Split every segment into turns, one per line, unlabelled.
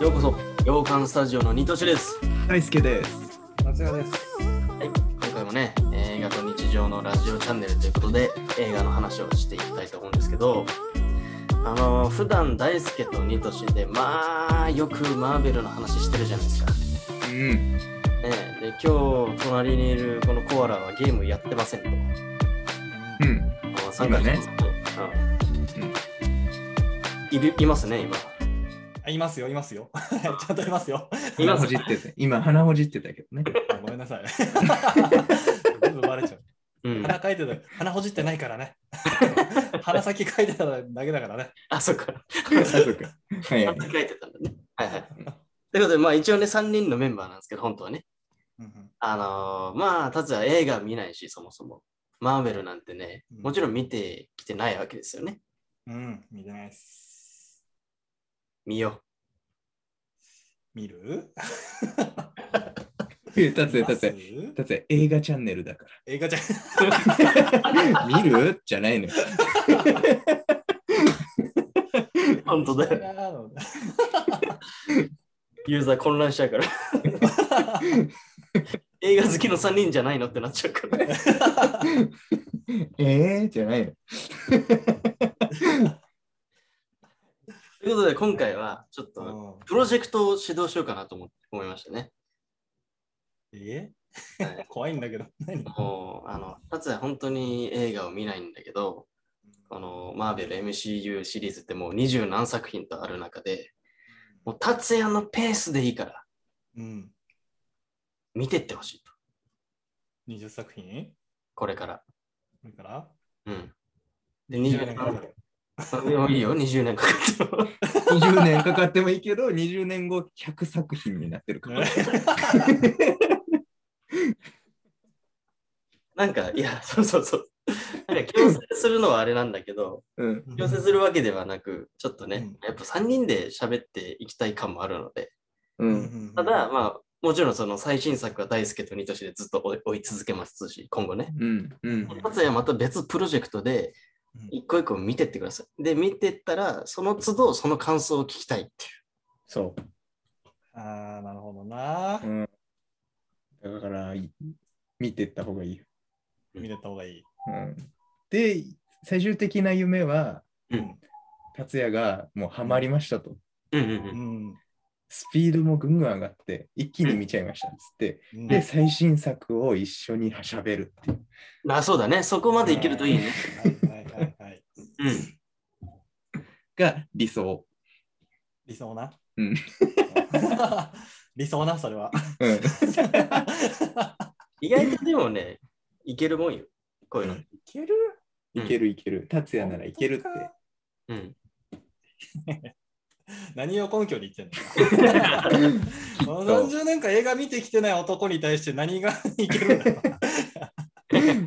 ようこそ洋館スタジオのニトシです
大輔です。
松也です。
今回もね映画と日常のラジオチャンネルということで映画の話をしていきたいと思うんですけどあの普段大輔とニトシでまあよくマーベルの話してるじゃないですか、ね
うん。
え、で今日隣にいるこのコアラはゲームやってませんと
うん。
あ参加してますけどうんいるいますね今
あ、いますよ、いますよ。 ちゃんといま すよ。
鼻ほじってた。 今、鼻ほじってたけどね。
あごめんなさい。全部バレちゃう。
うん、
鼻かいてた、鼻ほじってないから ね。鼻先かいてただけだからね。
あそっか
あそうか。はいはい。
書いてたんだね。はいはい。ということで、まあ一応ね、3人のメンバーなんですけど、本当はね。
うん
あのーまあ、達は映画見ないし、そもそも。マーベルなんてね、
うん
もちろん見てきてないわけですよね。
うん、うん見てないっす。
見よ
見る
達也、達也。
見ます
達也、映画チャンネルだか
映画じゃ ん。
ら。見るじゃないのよ。
う。本当だよ。
あの
ユーザー混乱しちゃう から。映画好きの3人じゃないのってなっちゃうから。
えーじゃないの。
ということで、今回はちょっと
うん
プロジェクトを指導しようかなと思思いましたね。
え
はい
怖いんだけど。何
もう、あの、達也本当に映画を見ないんだけど、このマーベル MCU シリーズってもう二十何作品とある中で、もう達也のペースでいいから
うん。
見てってほしいと。
20作品
これから。
これから
うん。で、20年
年
か
か
か
か
っ
る
てもいいよ、20年かかっても。
20年かかってもいいけど、20年後、100作品になってるから。
なんか、いや、そうそうそう。なんか強制するのはあれなんだけど、
うん。
強制するわけではなく、ちょっとね、
うん
やっぱ3人で喋っていきたい感もあるので、
う。
うんん
ただ、まあ、もちろんその最新作は大輔と二年でずっと追い追い続けますし、今後ね。
うん。うん。
達也はまた別プロジェクトで
うん
一個一個見てってください。で、見てったら、その都度その感想を聞きたいっていう。
そ
ああ、なるほどな
う。う。ん。だから、い見てった方がいいよ。
見てった方がいい。
うん。で、最終的な夢は、
うん
達也がもうハマりましたと。
うんうんう。
うんん。
スピードもぐんぐん上がって、一気に見ちゃいましたっつって、
うん
で、最新作を一緒にしゃべるっていう。
あ、そうだね。そこまでいけるといいね。
はいはいはいはい。
うん。
が理想。
理想な。
うん
理想な、それは。
うん。
意外とでもね、いけるもんよ。こういうの。
いける
いけるいける。達也ならいけるっ
う
て。
ん。
何を根拠に言ってん のこの30年間映画見てきてない男に対して何がいけるんだろう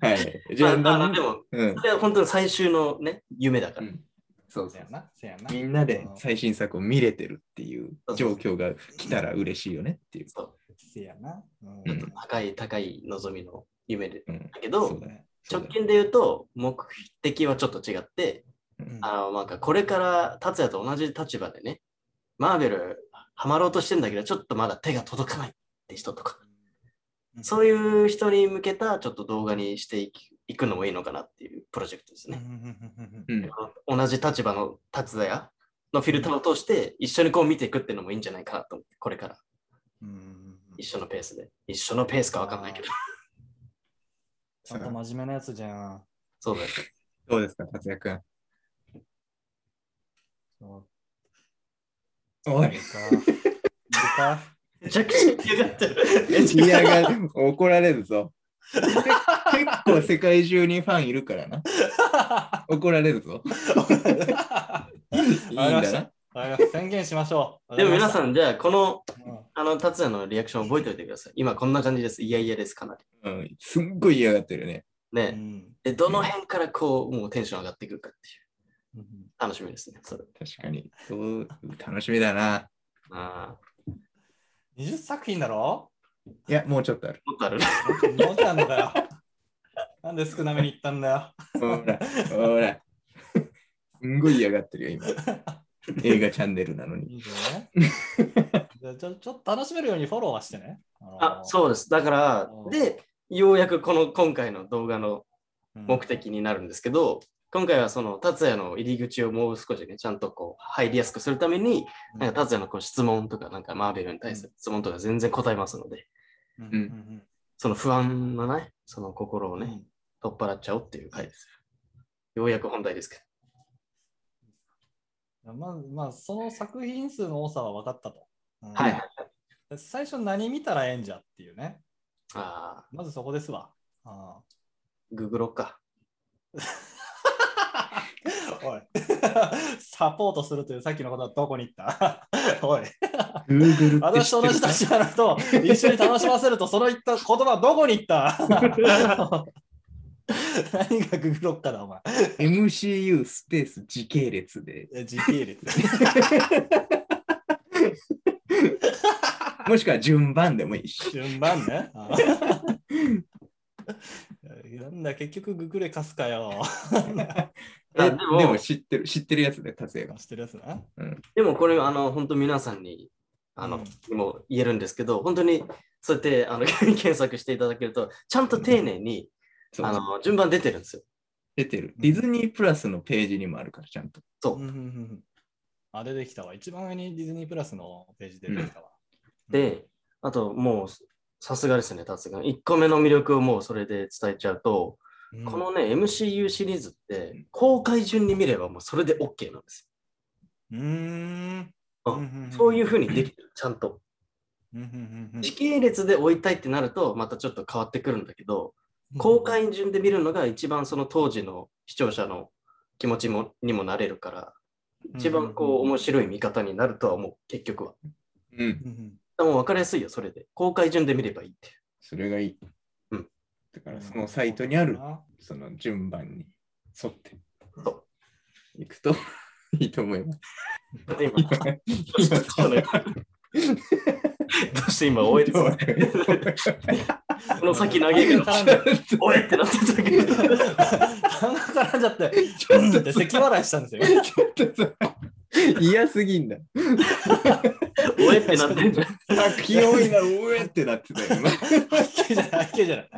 はい。
まあ、まあ
なん
でも、
うん
そ。れは本当に最終のね、夢だから。
うんそう
せ
そう
や。な、せやな。
みんなで最新作を見れてるっていう状況が来たら嬉しいよねっていう。
そう。
せやな。うん
うん
高い高い望みの夢で。
うん。
だけ
そう
ど、
だね。そう
直
だね
近で言うと、目的はちょっと違って、
うん
あの、なんかこれから達也と同じ立場でね、マーベルハマろうとしてんだけど、ちょっとまだ手が届かないって人とか、そういう人に向けたちょっと動画にしていきいくのもいいのかなっていうプロジェクトです
うんう
ね。
ん
うん。
同じ立場の達也のフィルターを通して一緒にこう見ていくっていうのもいいんじゃないかなと思って、これから
うんうんうん
一緒のペースで。一緒のペースかわかんないけど。
ちゃんと真面目なやつじゃん。
そうだよ。
どうですか、達也くん。
そう
お
い
い
る。 か。いるか。
めちゃくちゃ嫌がってる。めちゃく
い
ちゃ
やが怒られるぞ。結構世界中にファンいるからな。怒られるぞ。いいん
わかりま
だ
し
な
た。わかりました宣言しましょ う。
でも皆さ
ん、
ん、じゃあこの
うん
あの達也のリアクション覚えておいてください。今こんな感じです。いやいやです、かなり。
うん、すっごい嫌がってるね。
う
ね
ん
で、どの辺からこう、もうテンション上がってくるかっていう。
うん
楽しみですね。それ
確かに。そう楽しみだな。
ああ、
20作品だろ
いや、もうちょっとある。
もっとある。
もうちゃんだよ。なんで少なめに言ったんだよ。
ほら、ほら。んごい嫌がってるよ、今。映画チャンネルなのに。
いいね。じゃあちょちょっと楽しめるようにフォローはしてね。
あ、そうです。だから
う、ん
で、ようやくこの今回の動画の
うん。
目的になるんですけど、今回はその達也の入り口をもう少しね、ちゃんとこう入りやすくするために、
うん
なんか達也のこう質問とか、なんかマーベルに対する質問とか全然答えますので、
うん
うん
うん
その不安のね、その心を
うん
ね、取っ払っちゃおうっていう回ですよ。ようやく本題ですけど。
うんまあ、まあ、その作品数の多さは分かったと。うん
はいはい。
最初何見たらええんじゃっていうね。
ああ、
まずそこですわ。ああ
ググろうか。
おい。 サポートするというさっきのことはどこに行った おい。
Google って知
私と
ってる
同じ立場の人を一緒に楽しませると、その言った言葉はどこに行った何がググロッカだ、お前。
MCU スペース時系列で。
え時系列。
もしくは順番でもいいし。
順番ね。ああなんだ、結局ググレかすかよ。
あ
え
で
で
も
も知ってる、知ってるやつで、達也が。
してるやつな。
でもこれ、あの、本当皆さんに、あの、もう言えるんですけど、本当に、そうやって、あの、 検索していただけると、ちゃんと丁寧に、
そう
あの、順番出てるんですよ。
出てる。ディズニープラスのページにもあるから、ちゃんと。
そう
うんうんうんうんあ、出てきたわ。一番上にディズニープラスのページ出てきたわ。
で、あと、もう、さすがですね、達が。1個目の魅力をもうそれで伝えちゃうと、
うん
このね、MCU シリーズって、公開順に見ればもうそれで OK なんです
うーん。
あ
んんん
よ。そういうふうにできてる、ちゃんと。
うんうんうん
時系列で追いたいってなると、またちょっと変わってくるんだけど、公開順で見るのが一番その当時の視聴者の気持ちもにもなれるから、一番こう面白い見方になるとは思う、結局は。
うん。
うんうん
もう分かりやすいよ、それで。公開順で見ればいいって。
それがいい。
うん。
だから、そのサイトにある、その順番に沿って
そ
いくといいと思います。
う。だって今、どうしてそのどうして今、おえって、この先投げるの、おえってなってたけど。
鼻からんじゃって、
ち
う
ょ
ん
っ
っ
と
て咳払いしたんですよ。
ちょっとさ、嫌すぎんだ。
おえってなってんじゃん。
作品多いな、うえってなってたよ。今
吐き気じゃない、吐き気じゃない。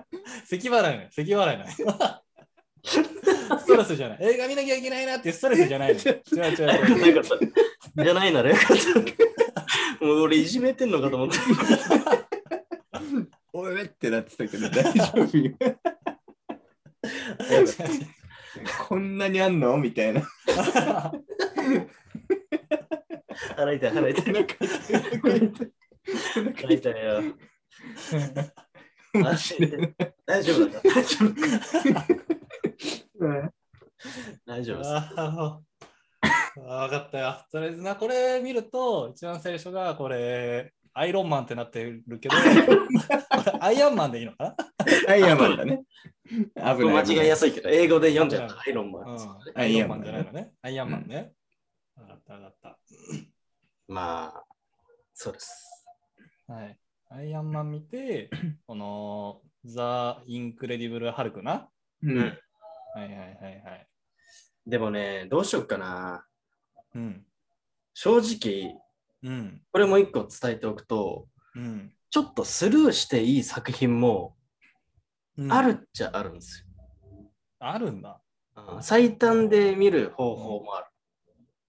咳払いない、咳払いない。 ストレスじゃない。映画見なきゃいけないなっていうストレスじ ゃないの。違う違う違う。
よかった。じゃないならよかった。もう俺、いじめてんのかと思って。
おえってなってたけど、大丈夫よ。こんなにあんのみたいな。
払いたい、払いたい。払いたいよ。大丈夫だから大丈夫。大丈夫です。
ああ、分かったよ。とりあえずな、これ見ると、一番最初がこれ、アイロンマンってなってる けど、アイアンマンでいいのか
アイアンマンだね。危ない。
間違いやすいけど、英語で読んじゃっ
危
た。
な
アイロンマ
な、
ン。
うん、
ア
ア
イ
イ
ア
ア
ン
ン
マン
マン
ね
じゃないのね。アイアンマンね。分かった、分かっ
まあ、そうです。
た。はい。アイアンマン見て、この、ザ・インクレディブル・ハルクな。
うん。
はいはいはいはい。
でもね、どうしようかな。
うん。
正直、
うん。
これも一個伝えておくと、
うん。
ちょっとスルーしていい作品も
うん
あ。るっちゃあるんです
あるんだ。
よ。うん最短で見る方法もある。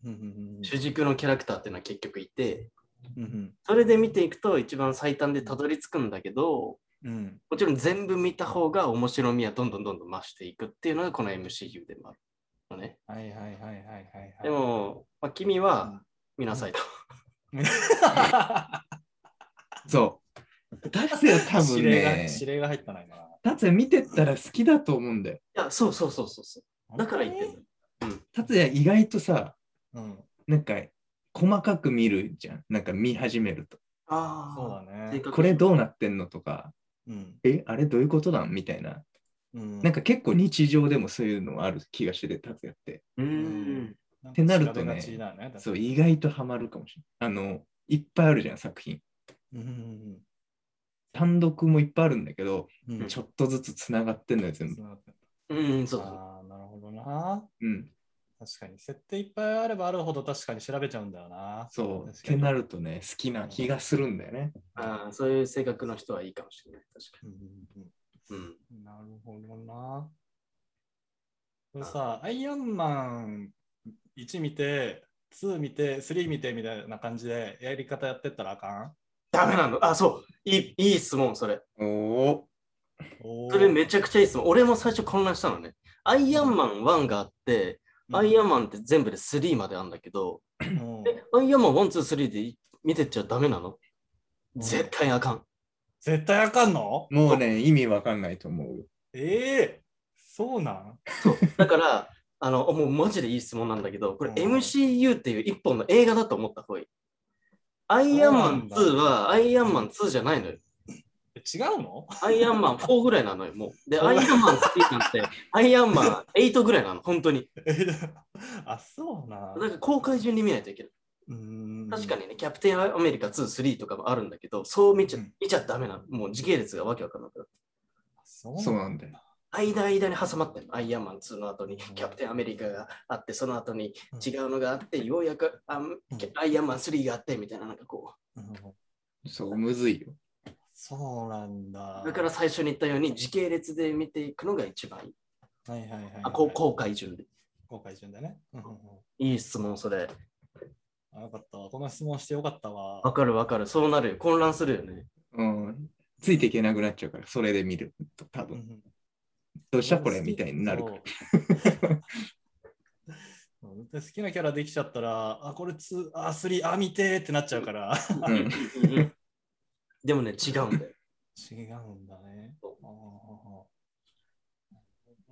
うんうん
主軸のキャラクターっていうのは結局いて、
うんうん
それで見ていくと一番最短でたどり着くんだけど、
うん。
もちろん全部見た方が面白みはどんどんどんどん増していくっていうのがこの MCU でもあるのね。
はいはいはいはいはいはい。
でも、まあ、君は見なさいと。
そう。達也多分
指令
ね
が、指令が入ったな今。
達也見てったら好きだと思うんだよ。
いや、そうそうそうそうそう。だから言ってる。
達也意外とさ、
うん。
なんか細かく見るじゃん。なんか見始めると。
あ
そうだね。
これどうなってんのとか、
うん。
え、あれどういうことなんみたいな。
うん
なんか結構日常でもそういうのある気がしてて、達也って。
うーん。
って
なるとね
そ
そうう、意外とハマるかもしれない。あの、いっぱいあるじゃん、作品。
んうん
単独もいっぱいあるんだけど、
うんうん。
ちょっとずつつながってんのよ、全部。
そうだった
うん、そうだね。
あーなるほどな。
うん。
確かに、設定いっぱいあればあるほど確かに調べちゃうんだよな。
そう。っ
確か
て
に
なるとね、好きな気がするんだよね。
あーそういう性格の人はいいかもしれない。確
うんうん
かに。うん。
うん、なるほどな。これさ、アイアンマン1見て、2見て、3見てみたいな感じでやり方やってったらあかん
ダメなのあ、そう。いい、いい質問、それ。
おお
お
それめちゃくちゃいい質問。俺も最初混乱したのね。アイアンマン1があって、アイアンマンって全部で3まであるんだけど、
ゃ、うん
え、アイアンマン1、2、3でい見てっちゃダメなの絶対あかん。
絶対あかんの
もうね、意味わかんないと思うよ。
ええそうなん
だから、あの、もうマジでいい質問なんだけど、これ
うん
MCU っていう一本の映画だと思った方がいい。アイアンマン2はアイアンマン2じゃないのよ。
え違うの
アイアンマン4ぐらいなのよ、もう。で、アイアンマン3なんて、 アイアンマン8ぐらいなの、本当に。
えあ、そう
だ
な
から公開順に見ないといけない。
ん
確かにね、キャプテンアメリカ2、3とかもあるんだけど、そう見ちゃ
うん
見ちゃダメなの。もう時系列がわけわかんなくなる。
そう
そうなんだよ。
間間に挟まってんのアイアンマン2の後にキャプテンアメリカがあって、その後に違うのがあって、ようやくあん
うん
アイアンマン3があってみたいな、なんかこ
うん
そう、むずいよ。
そうなんだ。
う。だから最初に言ったように時系列で見ていくのが一番いい。
はいはいはい、はい。
あ、こう公開順で。
公開順だね。うんうんうん
いい質問、それ。
あよかったわ。この質問してよかったわ。
わかるわかる。そうなるよ。混乱するよね。
うん。ついていけなくなっちゃうから、それで見ると、多
うんう
分
ん
どうしたこれみたいにな るから。。
そうで好きなキャラできちゃったら、あ、これ2、あ、3、あ、見てーってなっちゃうから。
うん。
うんうんでもね、違うんだよ。
違うんだね。
そ
あー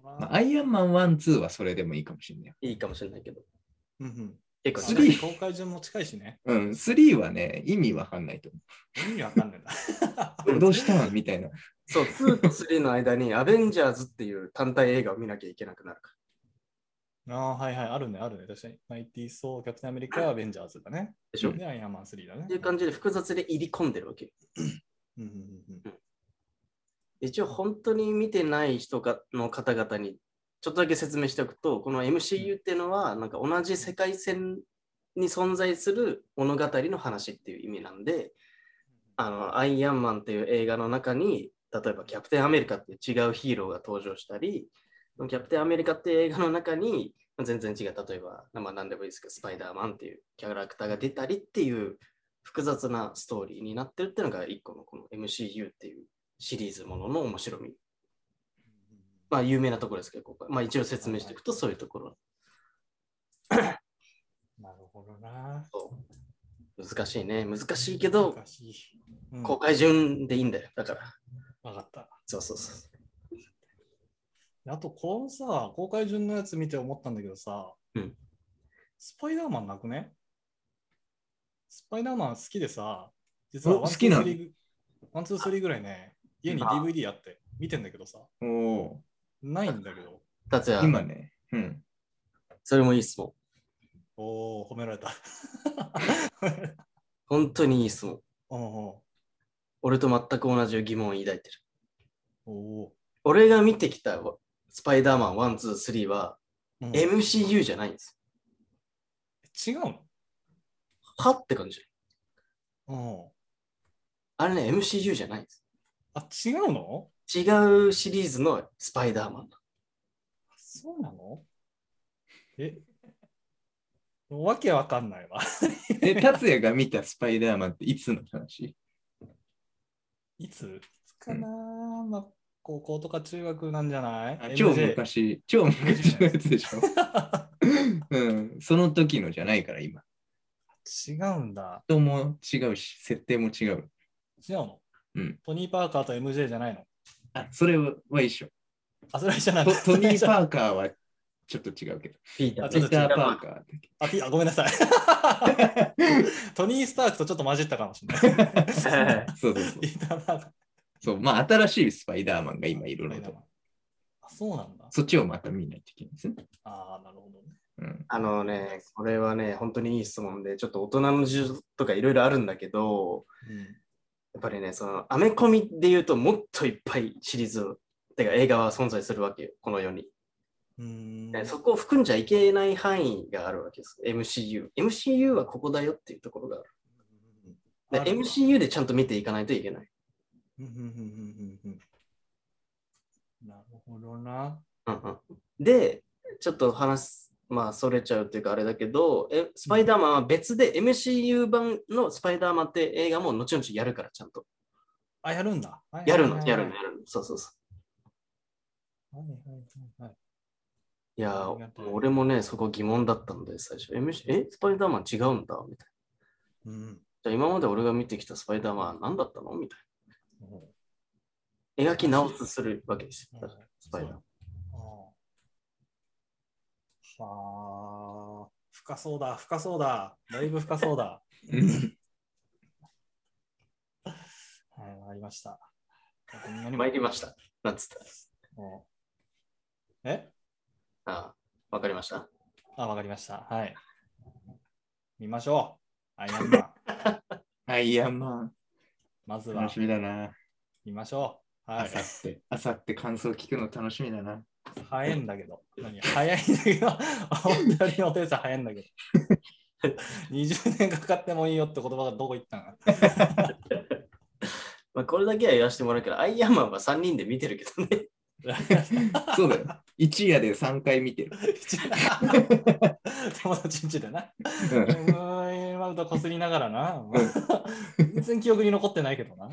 まあアイアンマン1、2はそれでもいいかもしれない。
いいかもしれないけど。
うんうん
結構
ス
ね
リー
公開順も近いしね。
うん、3はね、意味わかんないと思
意味わかんないな。
う。どうしたんみたいな。
そう、2と3の間にアベンジャーズっていう単体映画を見なきゃいけなくなるか
ああー、はいはい、あるね、あるね。確かに。マイティー・ソー、キャプテン・アメリカ、アベンジャーズだね。
でしょ、
うん
っ
で、アイアンマン3だね。
ていう感じで複雑で入り込んでるわけよ。
うんうんうんうん
一応本当に見てない人がの方々にちょっとだけ説明しておくと、この MCU っていうのはなんか同じ世界線に存在する物語の話っていう意味なんで、あの、アイアンマンっていう映画の中に、例えばキャプテンアメリカっていう違うヒーローが登場したり、キャプテンアメリカっていう映画の中に、全然違う、例えば、まあ、何でもいいですけど、スパイダーマンっていうキャラクターが出たりっていう複雑なストーリーになってるっていうのが一個のこの MCU っていうシリーズものの面白み。まあ、有名なところですけど、ここはまあ、一応説明していくとそういうところ。
なるほどな。
そう難しいね。難しいけど、
難しいうん
公開順でいいんだよ。だから、
わかった。
そうそうそう。
あと、このさ、公開順のやつ見て思ったんだけどさ、
うん
スパイダーマンなくねスパイダーマン好きでさ、実
お
は
好きなの
ワン、ツー、スリーぐらいね、家に
あ
DVD あって見てんだけどさ、
おお
ないんだけど、
達
ー。
也、
今ね。うん。
それもいい質問。
おお褒められた。
本当にいい質問。
おお
俺と全く同じ疑問を抱いてる。
おお
俺が見てきたスパイダーマン1、2、3は
ー、うん
MCU じゃないんです。
違うの
はって感じ。
うん
あれね、MCU じゃないんです。
あ、違うの
違うシリーズのスパイダーマン。
そうなのえわけわかんないわ。
え、達也が見たスパイダーマンっていつの話
いついつかな、まあ、高校とか中学なんじゃない
あ超
MJ
昔、超昔のやつでしょ。 うん。その時のじゃないから、今。
違うんだ。
人も違うし、設定も違う。
違うの、
うん
トニー・パーカーと MJ じゃないの
あ、それは一緒。
あ、それは一緒なん
ト
だ。
トニー・
ー
パーカーはちょっと違うけど。
ピーター
あ
ね
ち
ピ
ょっ
ータ
と違う
ー・パーカーだけ
あピあ、ごめんなさい。 トニー・スタークとちょっと混じったかもしれない。
ど。そうそうそう
ピ。ーター・パーカー
そうまあ、新しいスパイダーマンが今いろいろと。
あ、そうなんだ。
そっちをまた見ないといけないですね。
ああ、なるほどね。
うん。
あのね、これはね、本当にいい質問で、ちょっと大人の事情とかいろいろあるんだけど、やっぱりね、そのアメコミで言うともっといっぱいシリーズ、てか映画は存在するわけよ、この世に。
うんうん
でそこを含んじゃいけない範囲があるわけです。MCU。MCU はここだよっていうところがある。で
ある
MCU でちゃんと見ていかないといけない。
うんうんうんうんうんうんなるほどな。
うんうんで、ちょっと話す、まあ、それちゃうっていうかあれだけど、えスパイダーマンは別で MCU 版のスパイダーマンって映画も後々やるから、ちゃんと。
あ、やるんだ。はい
やるの、
はいはい
やるの、やるの。そうそうそう。
はいはいはいはい。
いや
ありがたい
ー、俺もね、そこ疑問だったんで、最初。MC え、スパイダーマン違うんだみたい
うん。
な。じゃあ今まで俺が見てきたスパイダーマンは何だったのみたい
うん
な。描き直すするわけですよ。だからスパイダーマン。
うんはあ、深そうだ、深そうだ、だいぶ深そうだ。
うん
はい、わかりました。何も
参りました。なんつった
もうえ
ああ、わかりました。
あ、わかりました。はい。見ましょう。アイアンマン。
アイアンマン。
まずは
楽しみだな。
見ましょう。は
あ
い
さ。って。あさって感想聞くの楽しみだな。
早いんだけど。何早いんだけど。本当にお父さん早いんだけど。20年かかってもいいよって言葉がどこ行ったの
まあ、これだけは言わせてもらうけど、アイアンマンは3人で見てるけどね。
そうだよ。一夜で3回見てる。
友達んちでな。
うん
うーん、今とこすりながらな。全然記憶に残ってないけどな。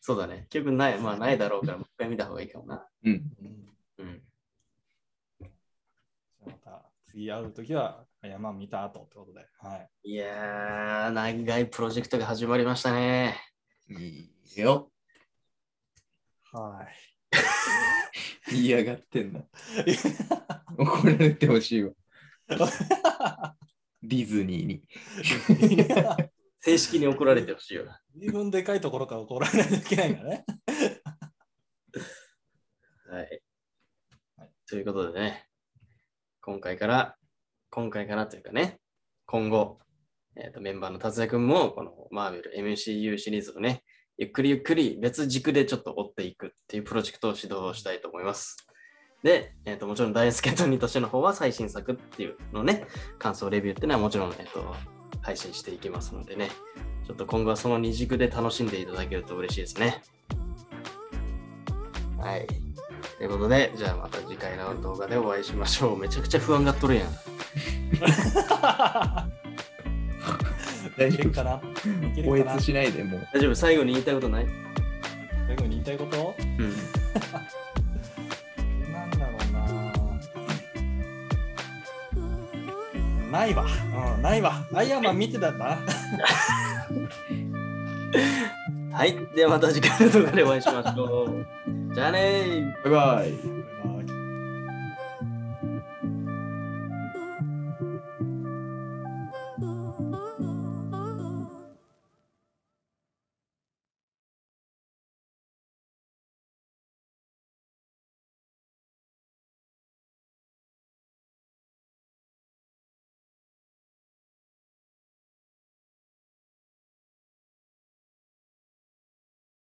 そうだね。結局ない、まあないだろうから、もう一回見た方がいいかもな。
うん。
うん。
また次会うときは、山見た後ってことで。はい。
いやー、長いプロジェクトが始まりましたね。
いいよ。
は
言い上がってんな。
い。
怒られてほしい わ。ディズニーに。
正式に怒られてほしいよ。
自分でかいところから怒られないといけないんだね。
はい
はい。
ということでね、今回から、今回からというかね、今後、えーとメンバーの達也君も、このマーベル MCU シリーズをね、ゆっくりゆっくり別軸でちょっと追っていくっていうプロジェクトを指導したいと思います。で、えー、ともちろん大輔トニーとしての方は最新作っていうのね、感想レビューっていうのはもちろん、えー、と配信していきますのでね、ちょっと今後はその二軸で楽しんでいただけると嬉しいですね。はい。ということで、じゃあまた次回の動画でお会いしましょう。めちゃくちゃ不安がっとるやん。
大
い
丈
ける
夫
かなでき
応
るかな
援しないでもう。
大丈夫最後に言いたいことない
最後に言いたいこと
うん。
なんだろうな。ないわ。うん、ないわ。アイアンマン見てたんだ。
はい。ではまた次回の動画でお会いしましょう。じゃあねー。
バイバイ。